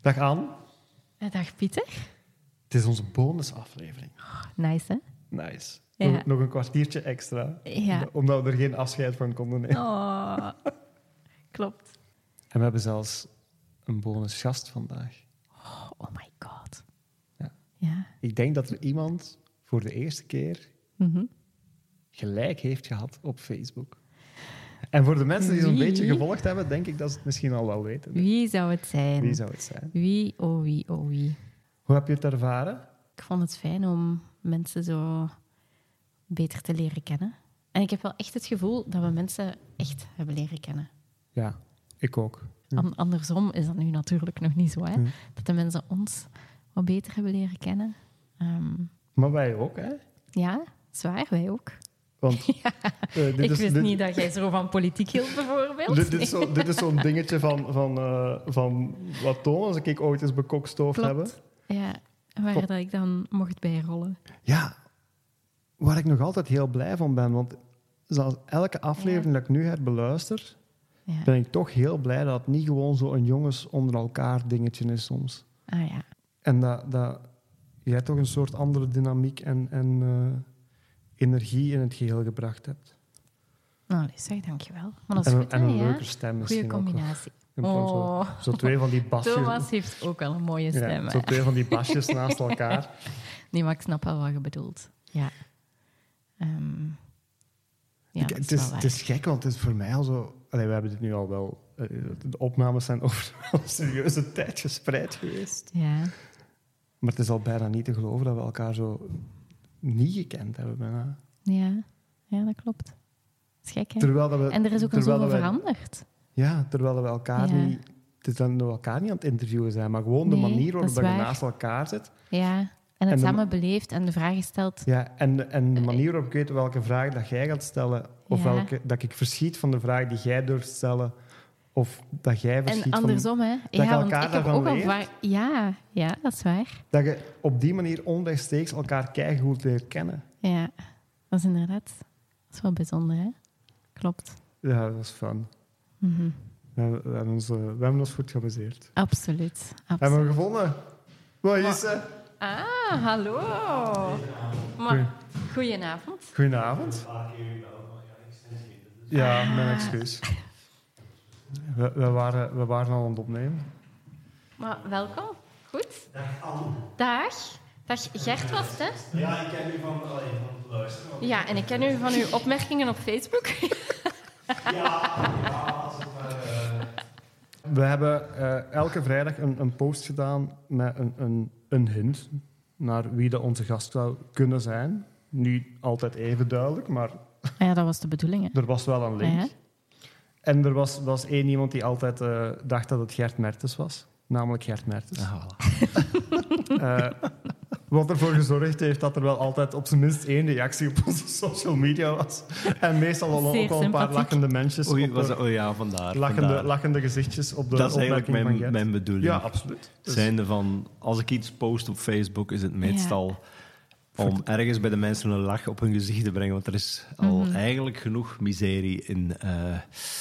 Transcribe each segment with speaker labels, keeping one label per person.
Speaker 1: Dag aan.
Speaker 2: Eh, Dag Pieter.
Speaker 1: Het is onze bonusaflevering.
Speaker 2: Nice, hè?
Speaker 1: Nice.
Speaker 2: Ja.
Speaker 1: Nog, nog een kwartiertje extra.
Speaker 2: Ja.
Speaker 1: Omdat we er geen afscheid van konden nemen.
Speaker 2: Oh, klopt.
Speaker 1: En we hebben zelfs een bonusgast vandaag.
Speaker 2: Oh, my god.
Speaker 1: Ja.
Speaker 2: Ja.
Speaker 1: Ik denk dat er iemand voor de eerste keer
Speaker 2: Mhm.
Speaker 1: gelijk heeft gehad op Facebook. En voor de mensen die zo'n
Speaker 2: Wie?
Speaker 1: beetje gevolgd hebben, denk ik dat ze het misschien al wel weten.
Speaker 2: Wie zou het zijn?
Speaker 1: Wie zou het zijn?
Speaker 2: Wie, oh wie, oh wie.
Speaker 1: Hoe heb je het ervaren?
Speaker 2: Ik vond het fijn om mensen zo beter te leren kennen. En ik heb wel echt het gevoel dat we mensen echt hebben leren kennen.
Speaker 1: Ja, ik ook.
Speaker 2: An- andersom is dat nu natuurlijk nog niet zo, hè?
Speaker 1: Ja.
Speaker 2: Dat de mensen ons wat beter hebben leren kennen. Ehm,
Speaker 1: Maar wij ook, hè?
Speaker 2: ja, zwaar, wij ook.
Speaker 1: Want eh, dit
Speaker 2: ik
Speaker 1: is,
Speaker 2: wist
Speaker 1: dit-
Speaker 2: niet dat jij zo van politiek hield, bijvoorbeeld.
Speaker 1: Dit, dit is zo- dit is zo'n dingetje van, van, eh, van wat Thomas en ik ooit eens bekokstoofd
Speaker 2: Klopt.
Speaker 1: hebben.
Speaker 2: Ja, waar
Speaker 1: Klopt.
Speaker 2: dat ik dan mocht bijrollen.
Speaker 1: Ja, waar ik nog altijd heel blij van ben. Want zelfs elke aflevering dat ik nu herbeluister,
Speaker 2: Ja.
Speaker 1: ben ik toch heel blij dat het niet gewoon zo'n jongens onder elkaar dingetje is soms.
Speaker 2: Ah ja,
Speaker 1: En dat, dat jij toch een soort andere dynamiek en, en eh, energie in het geheel gebracht hebt.
Speaker 2: nou Lisa, dankjewel. Maar dat is
Speaker 1: en een,
Speaker 2: goed, hè,
Speaker 1: en een
Speaker 2: ja?
Speaker 1: leuke stem
Speaker 2: Goeie
Speaker 1: misschien ook. nog.
Speaker 2: combinatie.
Speaker 1: In plaats van-
Speaker 2: Oh,
Speaker 1: Zo twee van die basjes.
Speaker 2: Thomas heeft ook wel een mooie
Speaker 1: Ja,
Speaker 2: stem. hè.
Speaker 1: zo twee van die basjes naast elkaar.
Speaker 2: Nee, maar ik snap wel wat je bedoelt. Ja. Ehm, ja,
Speaker 1: Ik-
Speaker 2: dat
Speaker 1: het,
Speaker 2: is
Speaker 1: is,
Speaker 2: wel
Speaker 1: het
Speaker 2: waar.
Speaker 1: is gek, want het is voor mij al zo... Allee, we hebben dit nu al wel... eh, De opnames zijn over wel een serieuze tijd gespreid geweest.
Speaker 2: Ja,
Speaker 1: Maar het is al bijna niet te geloven dat we elkaar zo niet gekend hebben bijna.
Speaker 2: ja, ja, dat klopt. Dat is gek, hè?
Speaker 1: Terwijl dat we,
Speaker 2: En er is ook een
Speaker 1: terwijl
Speaker 2: zoveel
Speaker 1: dat wij-
Speaker 2: veranderd.
Speaker 1: Ja, terwijl dat we elkaar
Speaker 2: Ja.
Speaker 1: niet... Het is dan dat we elkaar niet aan het interviewen zijn, maar gewoon de
Speaker 2: Nee,
Speaker 1: manier
Speaker 2: dat
Speaker 1: waarop
Speaker 2: is
Speaker 1: dat je
Speaker 2: waar.
Speaker 1: naast elkaar zit.
Speaker 2: Ja, en het
Speaker 1: En de-
Speaker 2: samen beleefd en de vraag gesteld.
Speaker 1: Ja, en, de- en de manier waarop ik weet welke vraag dat jij gaat stellen, of
Speaker 2: Ja.
Speaker 1: welke, dat ik verschiet van de vraag die jij durft stellen, of dat jij verschiet
Speaker 2: En andersom, hè?
Speaker 1: je
Speaker 2: Ja, want
Speaker 1: elkaar
Speaker 2: ik heb
Speaker 1: daarvan
Speaker 2: ook al
Speaker 1: leert.
Speaker 2: waar. Ja, ja, dat is waar.
Speaker 1: Dat je op die manier onrechtstreeks elkaar keigoed leert kennen.
Speaker 2: Ja, dat is inderdaad. Dat is wel bijzonder, hè? Klopt.
Speaker 1: Ja, dat is fun.
Speaker 2: Mhm.
Speaker 1: We, hebben- we hebben, ons, eh, we hebben ons goed geamuseerd.
Speaker 2: Absoluut.
Speaker 1: Hebben
Speaker 2: absoluut.
Speaker 1: we hem gevonden? Wat is ze?
Speaker 2: Ah, hallo. Maar, goedenavond.
Speaker 1: Goedenavond. Ja, mijn excuus. We, we, waren, we waren al aan het opnemen.
Speaker 2: Maar welkom. Goed? Dag, Anne. Dag. Dag, Gert was het, hè?
Speaker 3: Ja, ik ken u van, allee, van het luisteren. want-
Speaker 2: Ja, en ik ken u van uw opmerkingen op Facebook.
Speaker 1: We hebben eh, elke vrijdag een, een post gedaan met een, een, een hint naar wie dat onze gast zou kunnen zijn. Niet altijd even duidelijk, maar
Speaker 2: Ah ja, dat was de bedoeling, hè?
Speaker 1: Er was wel een link.
Speaker 2: Ah Ja.
Speaker 1: En er was, was één iemand die altijd eh, dacht dat het Gert Mertens was. Namelijk Gert Mertens.
Speaker 2: Ah,
Speaker 1: Eh, wat ervoor gezorgd heeft dat er wel altijd op zijn minst één reactie op onze social media was. En meestal al- ook
Speaker 2: Zeer
Speaker 1: al een paar
Speaker 2: sympathiek.
Speaker 1: lachende mensen.
Speaker 3: Oei,
Speaker 1: op
Speaker 3: was
Speaker 1: de-
Speaker 3: dat, oh ja, vandaar.
Speaker 1: Dus lachende,
Speaker 3: vandaar.
Speaker 1: lachende gezichtjes op de
Speaker 3: dat is eigenlijk
Speaker 1: opmerking van
Speaker 3: mijn,
Speaker 1: Gert.
Speaker 3: mijn bedoeling.
Speaker 1: Ja, absoluut. Dus-
Speaker 3: Zijnde van, als ik iets post op Facebook, is het meestal om ergens bij de mensen een lach op hun gezicht te brengen. Want er is al
Speaker 2: Mhm.
Speaker 3: eigenlijk genoeg miserie in eh,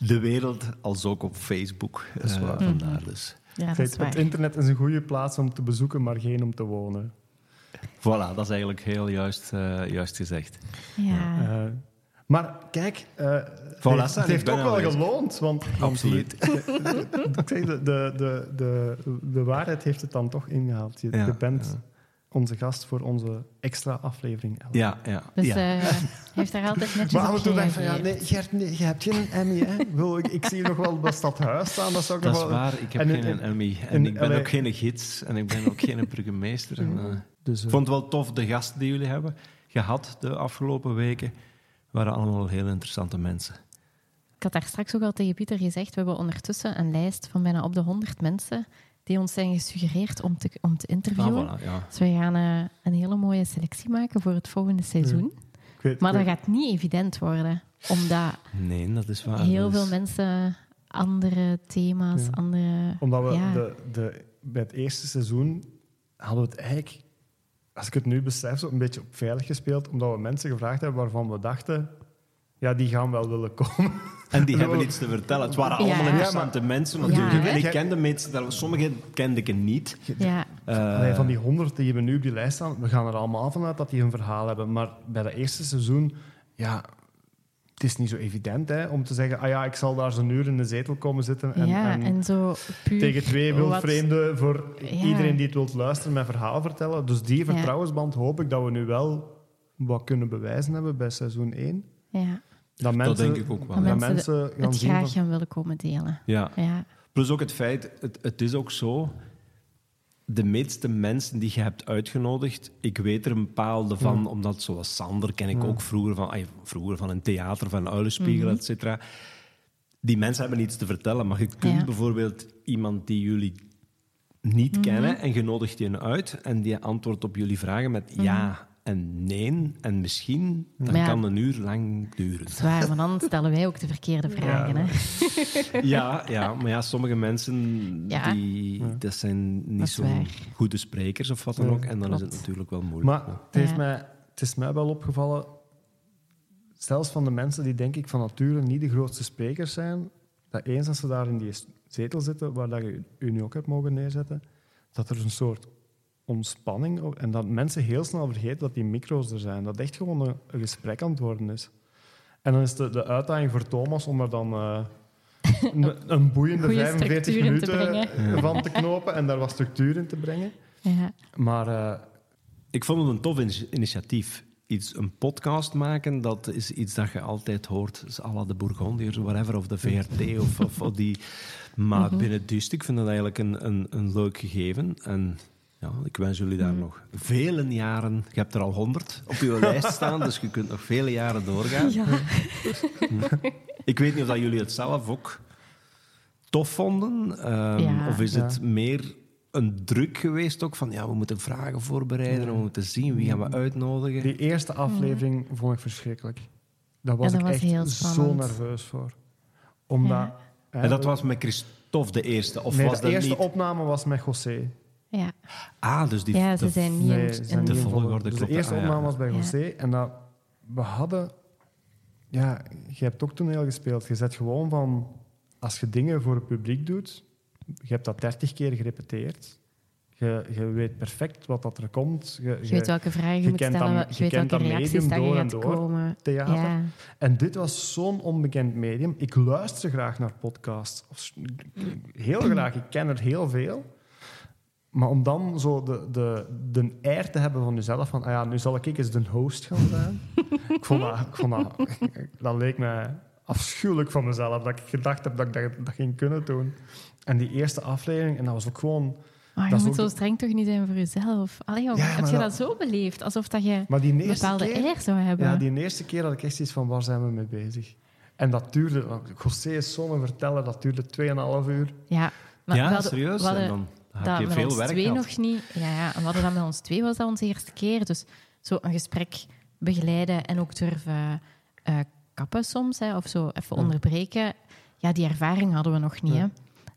Speaker 3: de wereld, als ook op Facebook.
Speaker 1: is
Speaker 3: Eh,
Speaker 1: waar.
Speaker 3: Vandaar dus.
Speaker 2: Ja, dat
Speaker 1: Kijk,
Speaker 2: is
Speaker 1: het
Speaker 2: waar.
Speaker 1: internet is een goede plaats om te bezoeken, maar geen om te wonen.
Speaker 3: Voilà, dat is eigenlijk heel juist, eh, juist gezegd.
Speaker 2: Ja.
Speaker 1: Eh, maar kijk, eh, het
Speaker 3: Voilà,
Speaker 1: heeft- het
Speaker 3: Stijn, ik
Speaker 1: heeft
Speaker 3: ben
Speaker 1: ook wel
Speaker 3: aanwezig.
Speaker 1: geloond. Want, want
Speaker 3: Absoluut.
Speaker 1: Ik zeg, de, de, de, de, de waarheid heeft het dan toch ingehaald. Je,
Speaker 3: Ja,
Speaker 1: je bent
Speaker 3: ja.
Speaker 1: onze gast voor onze extra aflevering. elke
Speaker 3: Ja, ja.
Speaker 2: Dus
Speaker 3: ja.
Speaker 2: eh, hij heeft daar altijd netjes
Speaker 1: maar
Speaker 2: op
Speaker 1: af en toe dacht ik van, ja,
Speaker 2: gereageerd.
Speaker 1: nee, Gert, nee, je hebt geen Emmy, hè? Ik bedoel, Ik, ik zie nog wel dat stadhuis staan, dat zou ik
Speaker 3: Dat
Speaker 1: nog
Speaker 3: is
Speaker 1: wel...
Speaker 3: waar, ik heb
Speaker 1: en-
Speaker 3: geen
Speaker 1: en-
Speaker 3: Emmy. En,
Speaker 1: en-
Speaker 3: ik ben
Speaker 1: allee.
Speaker 3: ook geen gids en ik ben ook geen burgemeester. En, eh,
Speaker 1: Dus, eh,
Speaker 3: Ik vond het wel tof, de gasten die jullie hebben gehad de afgelopen weken, waren allemaal heel interessante mensen.
Speaker 2: Ik had daar straks ook al tegen Pieter gezegd, we hebben ondertussen een lijst van bijna op de 100 mensen die ons zijn gesuggereerd om te, om te
Speaker 3: Ah,
Speaker 2: interviewen.
Speaker 3: voilà, ja.
Speaker 2: Dus we gaan eh, een hele mooie selectie maken voor het volgende seizoen.
Speaker 1: ik weet-
Speaker 2: Maar
Speaker 1: ik
Speaker 2: dat
Speaker 1: weet-
Speaker 2: gaat niet evident worden,
Speaker 1: Ah,
Speaker 2: omdat
Speaker 3: Nee, dat is waar.
Speaker 2: heel
Speaker 3: dat
Speaker 2: veel
Speaker 3: is-
Speaker 2: mensen andere thema's,
Speaker 1: Ja.
Speaker 2: andere...
Speaker 1: Omdat we
Speaker 2: Ja.
Speaker 1: de, de, bij het eerste seizoen hadden we het eigenlijk, als ik het nu besef, zo een beetje op veilig gespeeld. Omdat we mensen gevraagd hebben waarvan we dachten, Ja, die gaan wel willen komen.
Speaker 3: En die
Speaker 1: Ja.
Speaker 3: hebben iets te vertellen. Het waren
Speaker 2: Ja.
Speaker 3: allemaal
Speaker 2: Ja,
Speaker 3: interessante mensen
Speaker 2: Ja,
Speaker 3: natuurlijk.
Speaker 2: hè?
Speaker 3: en ik kende mensen, daar- sommigen kende ik niet.
Speaker 2: Ja,
Speaker 3: Eh,
Speaker 1: Allee, van die honderd die we nu op die lijst staan, we gaan er allemaal vanuit dat die hun verhaal hebben. Maar bij dat eerste seizoen, ja, het is niet zo evident hè, om te zeggen, ah ja, ik zal daar zo'n uur in de zetel komen zitten en,
Speaker 2: ja
Speaker 1: en
Speaker 2: en, zo puur...
Speaker 1: tegen twee
Speaker 2: wat-
Speaker 1: wildvreemden voor
Speaker 2: Ja.
Speaker 1: iedereen die het wilt luisteren mijn verhaal vertellen. Dus die vertrouwensband hoop ik dat we nu wel wat kunnen bewijzen hebben bij seizoen 1.
Speaker 2: Ja,
Speaker 1: Dat mensen,
Speaker 3: dat denk ik ook wel.
Speaker 1: dat
Speaker 2: Mensen
Speaker 1: mensen, gaan
Speaker 2: het
Speaker 1: zien
Speaker 2: graag
Speaker 1: van-
Speaker 2: gaan willen komen delen.
Speaker 3: Ja.
Speaker 2: Ja,
Speaker 3: Plus ook het feit, het, het is ook zo. De meeste mensen die je hebt uitgenodigd, ik weet er een bepaalde van,
Speaker 2: Mm.
Speaker 3: omdat zoals Sander ken ik ook vroeger van, ay, vroeger van een theater, van Uilenspiegel,
Speaker 2: Mm.
Speaker 3: et cetera. Die mensen hebben iets te vertellen, maar je kunt
Speaker 2: Ja. Mm-hmm.
Speaker 3: bijvoorbeeld iemand die jullie niet kennen en je nodigt die uit en die antwoordt op jullie vragen met ja en nee en misschien, dan
Speaker 2: Mm-hmm. Mm. Ja.
Speaker 3: kan een uur lang duren.
Speaker 2: zwaar, want anders stellen wij ook de verkeerde vragen. Hè?
Speaker 3: Ja, ja, maar ja, sommige mensen
Speaker 2: Ja.
Speaker 3: Die, dat zijn
Speaker 2: Dat
Speaker 3: niet
Speaker 2: is
Speaker 3: zo
Speaker 2: waar.
Speaker 3: goede sprekers of wat dan
Speaker 1: Ja,
Speaker 3: ook. En dan is
Speaker 2: klopt.
Speaker 3: het natuurlijk wel moeilijk.
Speaker 1: Maar het, heeft
Speaker 2: Ja.
Speaker 1: mij, het is mij wel opgevallen, zelfs van de mensen die denk ik van nature niet de grootste sprekers zijn, dat eens als ze daar in die zetel zitten, waar dat je u nu ook hebt mogen neerzetten, dat er een soort ontspanning op, en dat mensen heel snel vergeten dat die micro's er zijn. Dat echt gewoon een, een gesprek aan het worden is. En dan is de, de uitdaging voor Thomas om er dan eh, een, een boeiende
Speaker 2: Goeie
Speaker 1: 45
Speaker 2: structuur in te
Speaker 1: minuten van te knopen en daar wat structuur in te brengen.
Speaker 2: Ja.
Speaker 1: Maar eh,
Speaker 3: Ik vond het een tof initi- initiatief. Iets, een podcast maken, dat is iets dat je altijd hoort. Dus à la de Bourgondiërs, whatever, of de VRT, of, of, of die... Maar
Speaker 2: Mhm.
Speaker 3: binnen Dust, ik vind dat eigenlijk een, een, een leuk gegeven. En ja, ik wens jullie
Speaker 2: Mhm.
Speaker 3: daar nog vele jaren... Je hebt er al honderd op je lijst staan, dus je kunt nog vele jaren doorgaan. Ik weet niet of dat jullie het zelf ook tof vonden. ehm,
Speaker 2: Ja.
Speaker 3: Of is
Speaker 1: Ja.
Speaker 3: het meer een druk geweest ook van ja, we moeten vragen voorbereiden, we moeten zien wie gaan we uitnodigen.
Speaker 1: Die eerste aflevering vond ik verschrikkelijk. Daar was
Speaker 2: Ja, dat
Speaker 1: ik
Speaker 2: was heel
Speaker 1: echt zo
Speaker 2: spannend.
Speaker 1: nerveus voor. Omdat...
Speaker 2: Ja.
Speaker 1: hè,
Speaker 3: en dat was met Christophe de eerste, of
Speaker 1: nee,
Speaker 3: was
Speaker 1: de
Speaker 3: dat
Speaker 1: eerste
Speaker 3: niet?
Speaker 1: opname was met José.
Speaker 2: Ja.
Speaker 3: Ah, dus die.
Speaker 2: ja,
Speaker 3: de-
Speaker 2: ze zijn niet
Speaker 1: Nee,
Speaker 2: in-
Speaker 1: ze zijn
Speaker 2: in
Speaker 1: niet
Speaker 3: de
Speaker 1: in
Speaker 3: volgorde
Speaker 1: Dus de
Speaker 3: klopt.
Speaker 1: eerste
Speaker 3: Ah, ja.
Speaker 1: opname was bij
Speaker 2: Ja.
Speaker 1: José. En dat, we hadden... Ja, je hebt ook toneel gespeeld. Je zet gewoon van... Als je dingen voor het publiek doet... Je hebt dat 30 keer gerepeteerd. Je, je weet perfect wat dat er komt. Je,
Speaker 2: Je
Speaker 1: je-
Speaker 2: weet welke vragen je,
Speaker 1: je
Speaker 2: moet
Speaker 1: kent
Speaker 2: stellen,
Speaker 1: dat-
Speaker 2: je,
Speaker 1: je
Speaker 2: weet
Speaker 1: kent
Speaker 2: welke
Speaker 1: dat
Speaker 2: reacties
Speaker 1: medium
Speaker 2: dat je
Speaker 1: door en
Speaker 2: gaat
Speaker 1: door.
Speaker 2: komen.
Speaker 1: theater.
Speaker 2: Ja.
Speaker 1: En dit was zo'n onbekend medium. Ik luister graag naar podcasts. Of s- Heel graag, ik ken er heel veel. Maar om dan zo de, de, de air te hebben van jezelf, van ah ja, nu zal ik eens de host gaan zijn. ik vond dat, ik vond dat, dat leek mij afschuwelijk van mezelf, dat ik gedacht heb dat ik dat, dat ging kunnen doen. En die eerste aflevering, en dat was ook gewoon...
Speaker 2: Maar Oh, je
Speaker 1: Dat is
Speaker 2: moet
Speaker 1: ook
Speaker 2: zo
Speaker 1: de-
Speaker 2: streng toch niet zijn voor jezelf? Allee, joh,
Speaker 1: Ja,
Speaker 2: heb
Speaker 1: maar
Speaker 2: je
Speaker 1: dat-
Speaker 2: dat zo beleefd? Alsof dat je
Speaker 1: Maar die
Speaker 2: een
Speaker 1: eerste
Speaker 2: bepaalde
Speaker 1: keer,
Speaker 2: eer zou hebben?
Speaker 1: Ja, die eerste keer had ik echt iets van, waar zijn we mee bezig? En dat duurde, José is zo'n verteller, dat duurde 2,5 uur.
Speaker 2: Ja, maar
Speaker 3: ja,
Speaker 2: we hadden-
Speaker 3: serieus.
Speaker 2: we hadden
Speaker 3: en dan
Speaker 2: dat
Speaker 3: heb je
Speaker 2: met
Speaker 3: veel
Speaker 2: ons
Speaker 3: werk
Speaker 2: twee
Speaker 3: gehad.
Speaker 2: nog niet... Ja, ja, en we hadden dat met ons twee, was dat onze eerste keer. Dus zo een gesprek begeleiden en ook durven eh, kappen soms, hè, of zo even
Speaker 1: Ja.
Speaker 2: onderbreken. Ja, die ervaring hadden we nog niet,
Speaker 1: Ja.
Speaker 2: hè.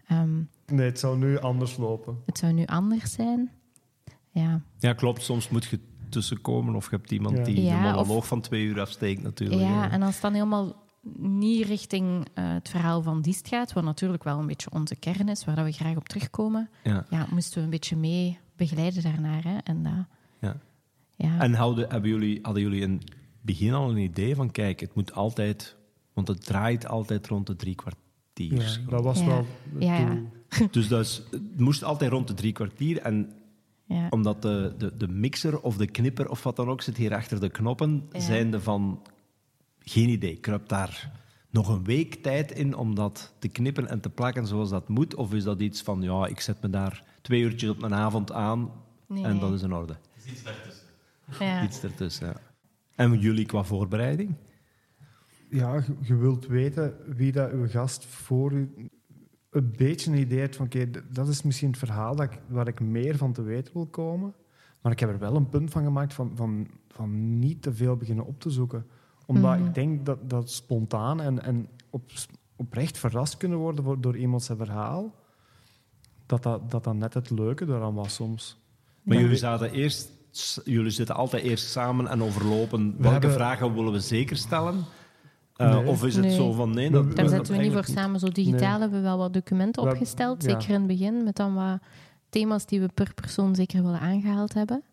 Speaker 2: Ehm,
Speaker 1: Nee, het zou nu anders lopen.
Speaker 2: het zou nu anders zijn. Ja,
Speaker 3: Ja, klopt. Soms moet je tussenkomen of je hebt iemand
Speaker 1: Ja.
Speaker 3: die
Speaker 2: Ja,
Speaker 3: de
Speaker 2: of-
Speaker 3: monoloog van twee uur afsteekt natuurlijk.
Speaker 2: Ja, en als het dan helemaal niet richting eh, het verhaal van Diest gaat, wat natuurlijk wel een beetje onze kern is, waar dat we graag op terugkomen,
Speaker 3: Ja.
Speaker 2: ja, moesten we een beetje mee begeleiden daarnaar. Hè? En, dat-
Speaker 3: Ja.
Speaker 2: ja.
Speaker 3: En houden, hebben jullie, hadden jullie in het begin al een idee van, kijk, het moet altijd, want het draait altijd rond de drie kwartier.
Speaker 1: dat was
Speaker 2: Ja.
Speaker 1: wel...
Speaker 2: Ja, ja.
Speaker 1: toen-
Speaker 3: Dus dat is, het moest altijd rond de drie kwartier. En
Speaker 2: ja.
Speaker 3: omdat de, de, de mixer of de knipper of wat dan ook zit hier achter de knoppen,
Speaker 2: Ja.
Speaker 3: zijn er van, geen idee, kruipt daar nog een week tijd in om dat te knippen en te plakken zoals dat moet? Of is dat iets van, ja, ik zet me daar twee uurtjes op een avond aan
Speaker 2: Nee,
Speaker 3: en
Speaker 2: nee.
Speaker 3: dat is in orde?
Speaker 2: Ja.
Speaker 3: Iets ertussen, ja. En jullie qua voorbereiding?
Speaker 1: Ja, je- je wilt weten wie dat uw gast voor u... Een beetje een idee heeft van, oké, d- dat is misschien het verhaal dat ik, waar ik meer van te weten wil komen. Maar ik heb er wel een punt van gemaakt van, van, van niet te veel beginnen op te zoeken. Omdat
Speaker 2: Mhm.
Speaker 1: ik denk dat, dat spontaan en, en op, oprecht verrast kunnen worden voor- door iemand zijn verhaal, dat dat, dat dat net het leuke daaraan was soms.
Speaker 3: Maar
Speaker 1: Ja.
Speaker 3: jullie zaten eerst, s- jullie zitten altijd eerst samen en overlopen. Welke
Speaker 1: hebben-
Speaker 3: vragen willen we zeker stellen? Eh,
Speaker 1: Nee.
Speaker 3: Of is het
Speaker 2: Nee.
Speaker 3: zo van nee,
Speaker 1: Daar
Speaker 3: dat
Speaker 2: Daar
Speaker 3: dat
Speaker 2: zetten we niet voor
Speaker 3: eigenlijk
Speaker 2: samen. Zo digitaal
Speaker 1: Nee.
Speaker 2: hebben we wel wat documenten
Speaker 1: We-
Speaker 2: opgesteld.
Speaker 1: ja.
Speaker 2: Zeker in het begin, met dan wat thema's die we per persoon zeker willen aangehaald hebben.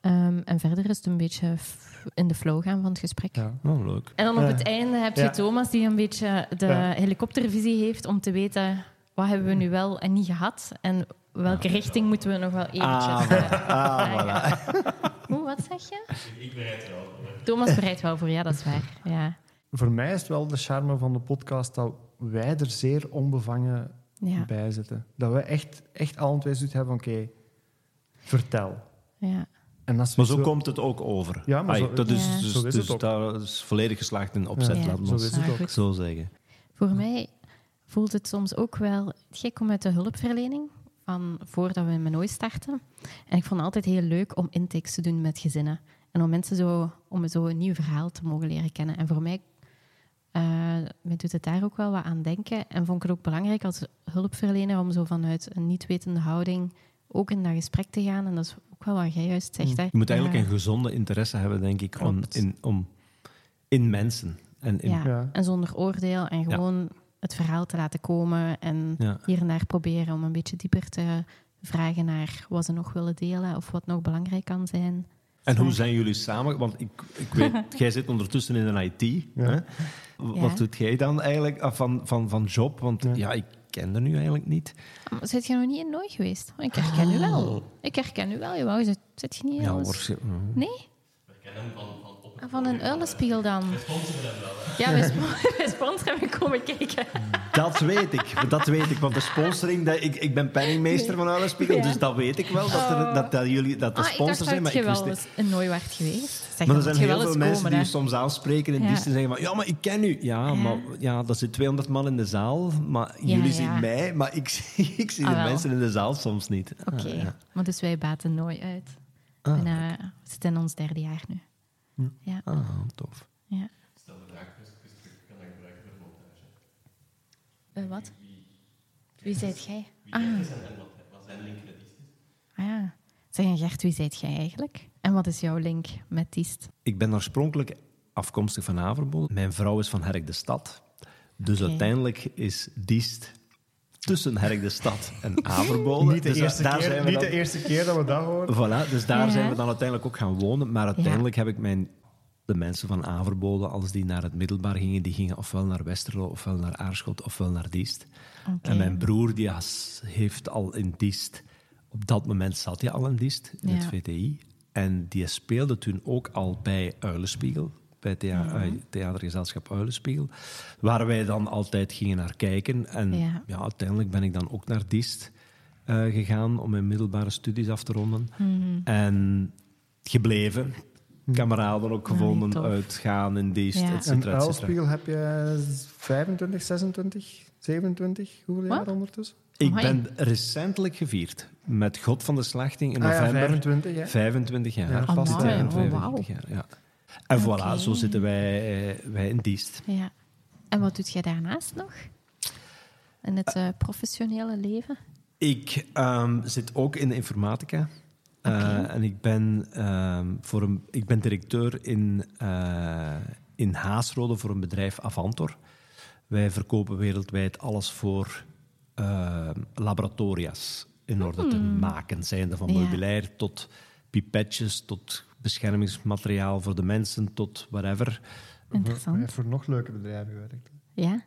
Speaker 2: Ehm, en verder is het een beetje f- in de flow gaan van het gesprek.
Speaker 1: Ja.
Speaker 3: Oh, leuk.
Speaker 2: En dan op
Speaker 1: Ja.
Speaker 2: het einde heb je
Speaker 1: Ja.
Speaker 2: Thomas die een beetje de
Speaker 1: Ja.
Speaker 2: helikoptervisie heeft om te weten wat hebben we nu wel en niet gehad. En welke richting moeten we nog wel eventjes...
Speaker 3: Ah,
Speaker 2: eh,
Speaker 3: voilà. Ah,
Speaker 2: aangaan.
Speaker 3: voilà.
Speaker 2: Hoe, wat zeg je? Ik bereid wel voor. Thomas bereidt wel voor, ja, dat is waar. Ja.
Speaker 1: Voor mij is het wel de charme van de podcast dat wij er zeer onbevangen
Speaker 2: Ja.
Speaker 1: bij zitten. Dat we echt, echt al twee zoiets hebben van, oké, vertel.
Speaker 2: Ja.
Speaker 1: En als we
Speaker 3: Maar zo komt het ook over.
Speaker 1: Ja, maar
Speaker 3: Ai,
Speaker 1: zo-
Speaker 3: dat
Speaker 2: Ja.
Speaker 3: is, dus,
Speaker 1: Zo is het
Speaker 3: dus
Speaker 1: ook.
Speaker 3: dat is volledig geslaagd in opzet,
Speaker 2: Ja,
Speaker 3: laat
Speaker 1: zo
Speaker 3: ons
Speaker 1: is het
Speaker 2: Maar
Speaker 1: ook.
Speaker 2: goed.
Speaker 3: zo zeggen.
Speaker 2: Voor mij voelt het soms ook wel gek om uit de hulpverlening, van voordat we in Menooi starten. En ik vond het altijd heel leuk om intakes te doen met gezinnen. En om mensen zo, om zo een nieuw verhaal te mogen leren kennen. En voor mij, eh mij doet het daar ook wel wat aan denken. En vond ik het ook belangrijk als hulpverlener om zo vanuit een niet-wetende houding ook in dat gesprek te gaan. En dat is ook wel wat jij juist zegt. hè.
Speaker 3: Mm.
Speaker 2: Eh,
Speaker 3: Je moet eigenlijk
Speaker 2: Ja.
Speaker 3: een gezonde interesse hebben, denk ik, om,
Speaker 2: Klopt.
Speaker 3: in, om, in mensen. En in,
Speaker 2: Ja.
Speaker 1: Ja.
Speaker 2: En zonder oordeel en gewoon het verhaal te laten komen. En
Speaker 3: Ja.
Speaker 2: hier en daar proberen om een beetje dieper te vragen naar wat ze nog willen delen of wat nog belangrijk kan zijn.
Speaker 3: En hoe
Speaker 2: Zo.
Speaker 3: zijn jullie samen? Want ik, ik weet, jij zit ondertussen in een IT. Hè? W- Wat
Speaker 2: Ja.
Speaker 3: doet jij dan eigenlijk ah, van, van, van job? Want ja.
Speaker 1: Ja.
Speaker 3: ik ken er nu eigenlijk niet.
Speaker 2: Ah, maar Zit je nog niet in Nooi geweest? Oh, ik herken u wel. Ik herken u wel, jawel. Zit, zit je niet
Speaker 3: Ah. Ja,
Speaker 2: eens-
Speaker 3: waarsch- mm.
Speaker 2: Nee? Ah, Van een uilenspiegel dan? We sponsoren hem wel. Ja, we spo- we sponsoren hem komen kijken.
Speaker 3: Dat weet ik, dat weet ik. Want de sponsoring, dat, ik, ik ben penningmeester van Uilenspiegel,
Speaker 2: Ja. Oh.
Speaker 3: dus dat weet ik wel. Dat, er, dat, dat jullie dat de
Speaker 2: Ah, ik dacht
Speaker 3: sponsors zijn,
Speaker 2: dat
Speaker 3: maar
Speaker 2: je
Speaker 3: ik wist
Speaker 2: wel
Speaker 3: niet.
Speaker 2: eens in Nooi werd geweest. Zeg,
Speaker 3: Maar
Speaker 2: dan
Speaker 3: er zijn
Speaker 2: moet je
Speaker 3: heel
Speaker 2: wel
Speaker 3: veel
Speaker 2: eens
Speaker 3: mensen
Speaker 2: komen,
Speaker 3: die je
Speaker 2: hè.
Speaker 3: soms aanspreken en
Speaker 2: Ja.
Speaker 3: die zeggen van... Ja, maar ik ken u. Ja, maar ja, er zit 200 man in de zaal. Maar
Speaker 2: Ja,
Speaker 3: jullie
Speaker 2: ja.
Speaker 3: zien mij, maar ik, zie- ik zie
Speaker 2: Ah,
Speaker 3: de
Speaker 2: wel.
Speaker 3: mensen in de zaal soms niet. Ah,
Speaker 2: Oké,
Speaker 3: ja.
Speaker 2: maar dus wij baten nooit uit.
Speaker 3: Ah,
Speaker 2: en, eh, we zitten in ons derde jaar nu. Ja.
Speaker 3: Ah, tof.
Speaker 2: ja. dus, Eh, wat? Wie zijt jij? ah. Ah ja. Zeg, en Gert, wie zijt jij eigenlijk? En wat is jouw link met Diest?
Speaker 3: Ik ben oorspronkelijk afkomstig van Haverboel. Mijn vrouw is van Herk de Stad. Dus
Speaker 2: Oké.
Speaker 3: uiteindelijk is Diest tussen Herk de Stad en Haverboel.
Speaker 1: Niet de,
Speaker 3: Dus da-
Speaker 1: eerste,
Speaker 3: daar
Speaker 1: keer,
Speaker 3: zijn we
Speaker 1: niet
Speaker 3: dan-
Speaker 1: de eerste keer dat we dat horen.
Speaker 3: Voilà, dus daar
Speaker 2: Ja.
Speaker 3: zijn we dan uiteindelijk ook gaan wonen. Maar uiteindelijk heb ik mijn, de mensen van Averboden, als die naar het middelbaar gingen, die gingen ofwel naar Westerlo, ofwel naar Aarschot, ofwel naar Diest.
Speaker 2: Oké.
Speaker 3: En mijn broer die has- heeft al in Diest, op dat moment zat hij al in Diest, in het
Speaker 2: Ja.
Speaker 3: VTI. En die speelde toen ook al bij Uilenspiegel, bij het thea- eh, theatergezelschap Uilenspiegel, waar wij dan altijd gingen naar kijken. En
Speaker 2: Ja.
Speaker 3: ja, uiteindelijk ben ik dan ook naar Diest eh, gegaan om mijn middelbare studies af te ronden.
Speaker 2: Hm. Mhm.
Speaker 3: En gebleven. Kameraden ook
Speaker 2: Nou, Nee,
Speaker 3: gevonden,
Speaker 2: tof.
Speaker 3: uitgaan in Diest,
Speaker 2: Ja.
Speaker 3: et
Speaker 1: Een
Speaker 3: cetera, et cetera.
Speaker 1: uilspiegel heb je 25, 26, 27, hoeveel
Speaker 2: Wat?
Speaker 1: jaar ondertussen?
Speaker 3: Ik
Speaker 2: Amai.
Speaker 3: ben recentelijk gevierd met God van de Slachting in
Speaker 1: Ah ja,
Speaker 3: november.
Speaker 1: 25, ja.
Speaker 3: 25 jaar.
Speaker 1: Ja,
Speaker 3: Dit
Speaker 1: past
Speaker 3: jaar,
Speaker 1: Amai,
Speaker 2: oh, wauw.
Speaker 3: jaar, ja. En
Speaker 2: Oké.
Speaker 3: voilà, zo zitten wij, eh, wij in Diest.
Speaker 2: Ja. En wat doet jij daarnaast nog? In het eh, professionele leven?
Speaker 3: Ik ehm, zit ook in de informatica. Eh,
Speaker 2: Oké.
Speaker 3: en ik ben, ehm, voor een, ik ben directeur in, eh, in Haasrode voor een bedrijf Avantor. Wij verkopen wereldwijd alles voor ehm, laboratoria's in orde te maken. Zijnde van
Speaker 2: Hmm. Ja.
Speaker 3: meubilair tot pipetjes, tot beschermingsmateriaal voor de mensen, tot whatever.
Speaker 1: Hij
Speaker 2: Interessant.
Speaker 1: heeft voor nog leuke bedrijven gewerkt.
Speaker 2: Ja?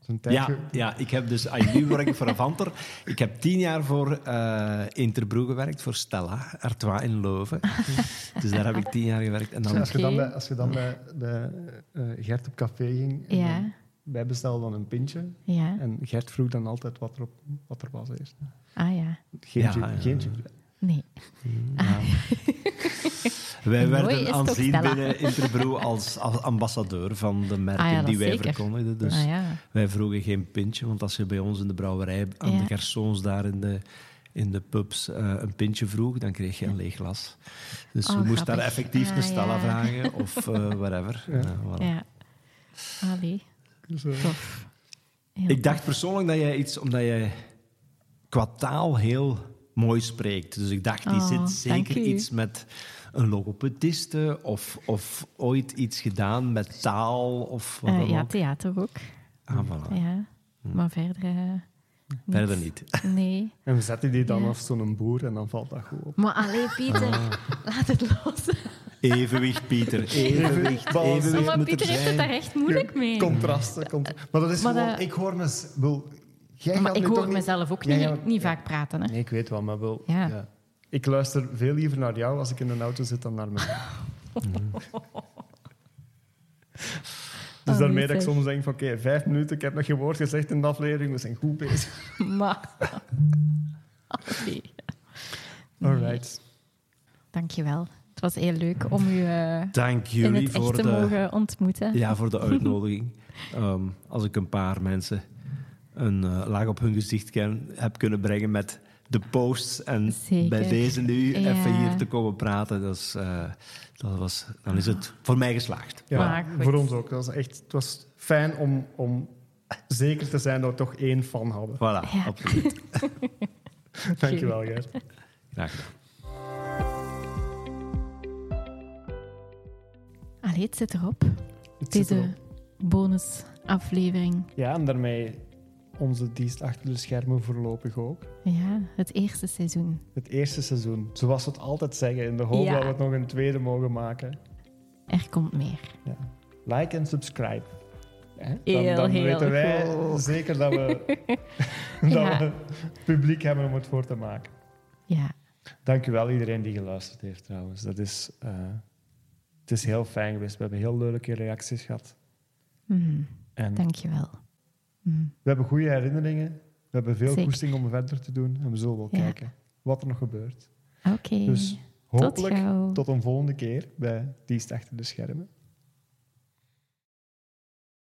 Speaker 1: Zo'n
Speaker 3: Ja,
Speaker 1: tijdje...
Speaker 3: ja, ik heb dus, ah, nu werk ik voor Avantor. Ik heb tien jaar voor eh Interbro gewerkt, voor Stella Artois in Leuven. Dus daar heb ik tien jaar gewerkt. En dan,
Speaker 1: Als je dan,
Speaker 2: Oké.
Speaker 1: bij, als je dan bij de, eh, Gert op café ging, en
Speaker 2: Ja.
Speaker 1: dan- wij bestelden dan een pintje.
Speaker 2: Ja.
Speaker 1: En Gert vroeg dan altijd wat er, op, wat er was eerst.
Speaker 2: Ah ja.
Speaker 1: Geen
Speaker 3: Ja,
Speaker 1: gin-
Speaker 3: ja.
Speaker 1: geen gin-
Speaker 2: Nee. Mooi
Speaker 3: wij werden
Speaker 2: is toch,
Speaker 3: aanzien
Speaker 2: Stella?
Speaker 3: binnen Interbro als, als ambassadeur van de merken
Speaker 2: Ah ja, dat
Speaker 3: die wij
Speaker 2: zeker.
Speaker 3: verkondigden. Dus
Speaker 2: Ah ja.
Speaker 3: wij vroegen geen pintje, want als je bij ons in de brouwerij aan
Speaker 2: Ja.
Speaker 3: de garçons daar in de, in de pubs eh, een pintje vroeg, dan kreeg je een leeg glas. Dus
Speaker 2: Oh,
Speaker 3: je moest
Speaker 2: grappig.
Speaker 3: daar effectief
Speaker 2: Ah,
Speaker 3: een Stella
Speaker 2: ja.
Speaker 3: vragen of eh, whatever.
Speaker 1: Ja.
Speaker 3: Ja, voilà.
Speaker 2: Ja. Allee.
Speaker 1: Dus, eh,
Speaker 2: Tof. Heel
Speaker 3: Ik dacht persoonlijk dat jij iets, omdat jij qua taal heel mooi spreekt. Dus ik dacht, die
Speaker 2: Oh,
Speaker 3: zit
Speaker 2: dank
Speaker 3: zeker
Speaker 2: u.
Speaker 3: iets met een logopediste of, of ooit iets gedaan met taal of wat
Speaker 2: Eh,
Speaker 3: dan
Speaker 2: ja,
Speaker 3: ook.
Speaker 2: theater ook.
Speaker 3: Ah, voilà.
Speaker 2: Ja. Maar verder... eh, niet.
Speaker 3: Verder niet.
Speaker 2: Nee.
Speaker 1: En we zetten die dan
Speaker 2: Ja.
Speaker 1: af zo'n boer en dan valt dat goed op.
Speaker 2: Maar allee, Pieter,
Speaker 3: Ah.
Speaker 2: laat het los.
Speaker 3: Evenwicht, Pieter. Evenwicht.
Speaker 1: Balans.
Speaker 3: evenwicht
Speaker 2: maar
Speaker 3: moet er
Speaker 2: Pieter heeft het daar
Speaker 3: zijn.
Speaker 2: echt moeilijk mee. Eh,
Speaker 1: Contrasten. contra- maar dat is
Speaker 2: Maar
Speaker 1: gewoon...
Speaker 2: dat-
Speaker 1: Ik hoor mez- wil- jij gaat
Speaker 2: Maar ik
Speaker 1: nu toch
Speaker 2: hoor
Speaker 1: niet-
Speaker 2: mezelf ook
Speaker 1: Ja,
Speaker 2: niet,
Speaker 1: ja,
Speaker 2: niet
Speaker 1: ja.
Speaker 2: vaak praten. Hè.
Speaker 1: Nee, ik weet wel, maar wel...
Speaker 2: Ja.
Speaker 1: Ja. Ik luister veel liever naar jou als ik in een auto zit dan naar mij. Dus
Speaker 2: Oh,
Speaker 1: daarmee dat ik
Speaker 2: zeg.
Speaker 1: soms denk van oké, vijf minuten, ik heb nog geen woord gezegd in de aflevering, we zijn goed bezig.
Speaker 2: Maar... Allee.
Speaker 1: All
Speaker 2: Nee.
Speaker 1: right.
Speaker 2: Dankjewel. Het was heel leuk om u eh,
Speaker 3: Dank
Speaker 2: in
Speaker 3: jullie
Speaker 2: het echt
Speaker 3: voor
Speaker 2: te
Speaker 3: de,
Speaker 2: mogen ontmoeten.
Speaker 3: Ja, voor de uitnodiging. Ehm, als ik een paar mensen een eh, laag op hun gezicht ken, heb kunnen brengen met de posts en
Speaker 2: Zeker.
Speaker 3: bij deze nu
Speaker 2: Ja.
Speaker 3: even hier te komen praten, dat is, eh, dat was, dan is het voor mij geslaagd.
Speaker 1: Ja,
Speaker 2: Maar goed.
Speaker 1: voor ons ook. Dat was echt, het was fijn om, om zeker te zijn dat we toch één fan hadden.
Speaker 3: Voilà,
Speaker 2: Ja.
Speaker 3: absoluut.
Speaker 1: Dankjewel, Gert.
Speaker 3: Graag gedaan.
Speaker 2: Allee, het zit erop.
Speaker 1: Het zit erop.
Speaker 2: Deze bonusaflevering.
Speaker 1: Ja, en daarmee onze dienst achter de schermen voorlopig ook.
Speaker 2: Ja, het eerste seizoen.
Speaker 1: Het eerste seizoen, zoals we het altijd zeggen, in de hoop
Speaker 2: Ja.
Speaker 1: dat we het nog een tweede mogen maken.
Speaker 2: Er komt meer.
Speaker 1: Ja. Like en subscribe. Hè? Dan,
Speaker 2: Heel,
Speaker 1: dan
Speaker 2: heel
Speaker 1: weten wij
Speaker 2: goed.
Speaker 1: zeker dat, we, dat
Speaker 2: Ja.
Speaker 1: we publiek hebben om het voor te maken.
Speaker 2: Ja,
Speaker 1: Dankjewel iedereen die geluisterd heeft trouwens. Dat is, eh, het is heel fijn geweest. We hebben heel leuke reacties gehad.
Speaker 2: Mhm.
Speaker 1: En
Speaker 2: dankjewel. Mhm.
Speaker 1: we hebben goede herinneringen. We hebben veel
Speaker 2: Zeker.
Speaker 1: koesting om verder te doen. En we zullen wel
Speaker 2: Ja.
Speaker 1: kijken wat er nog gebeurt.
Speaker 2: Oké,
Speaker 1: Dus
Speaker 2: tot
Speaker 1: hopelijk
Speaker 2: jou.
Speaker 1: tot een volgende keer bij Dienst Achter de Schermen.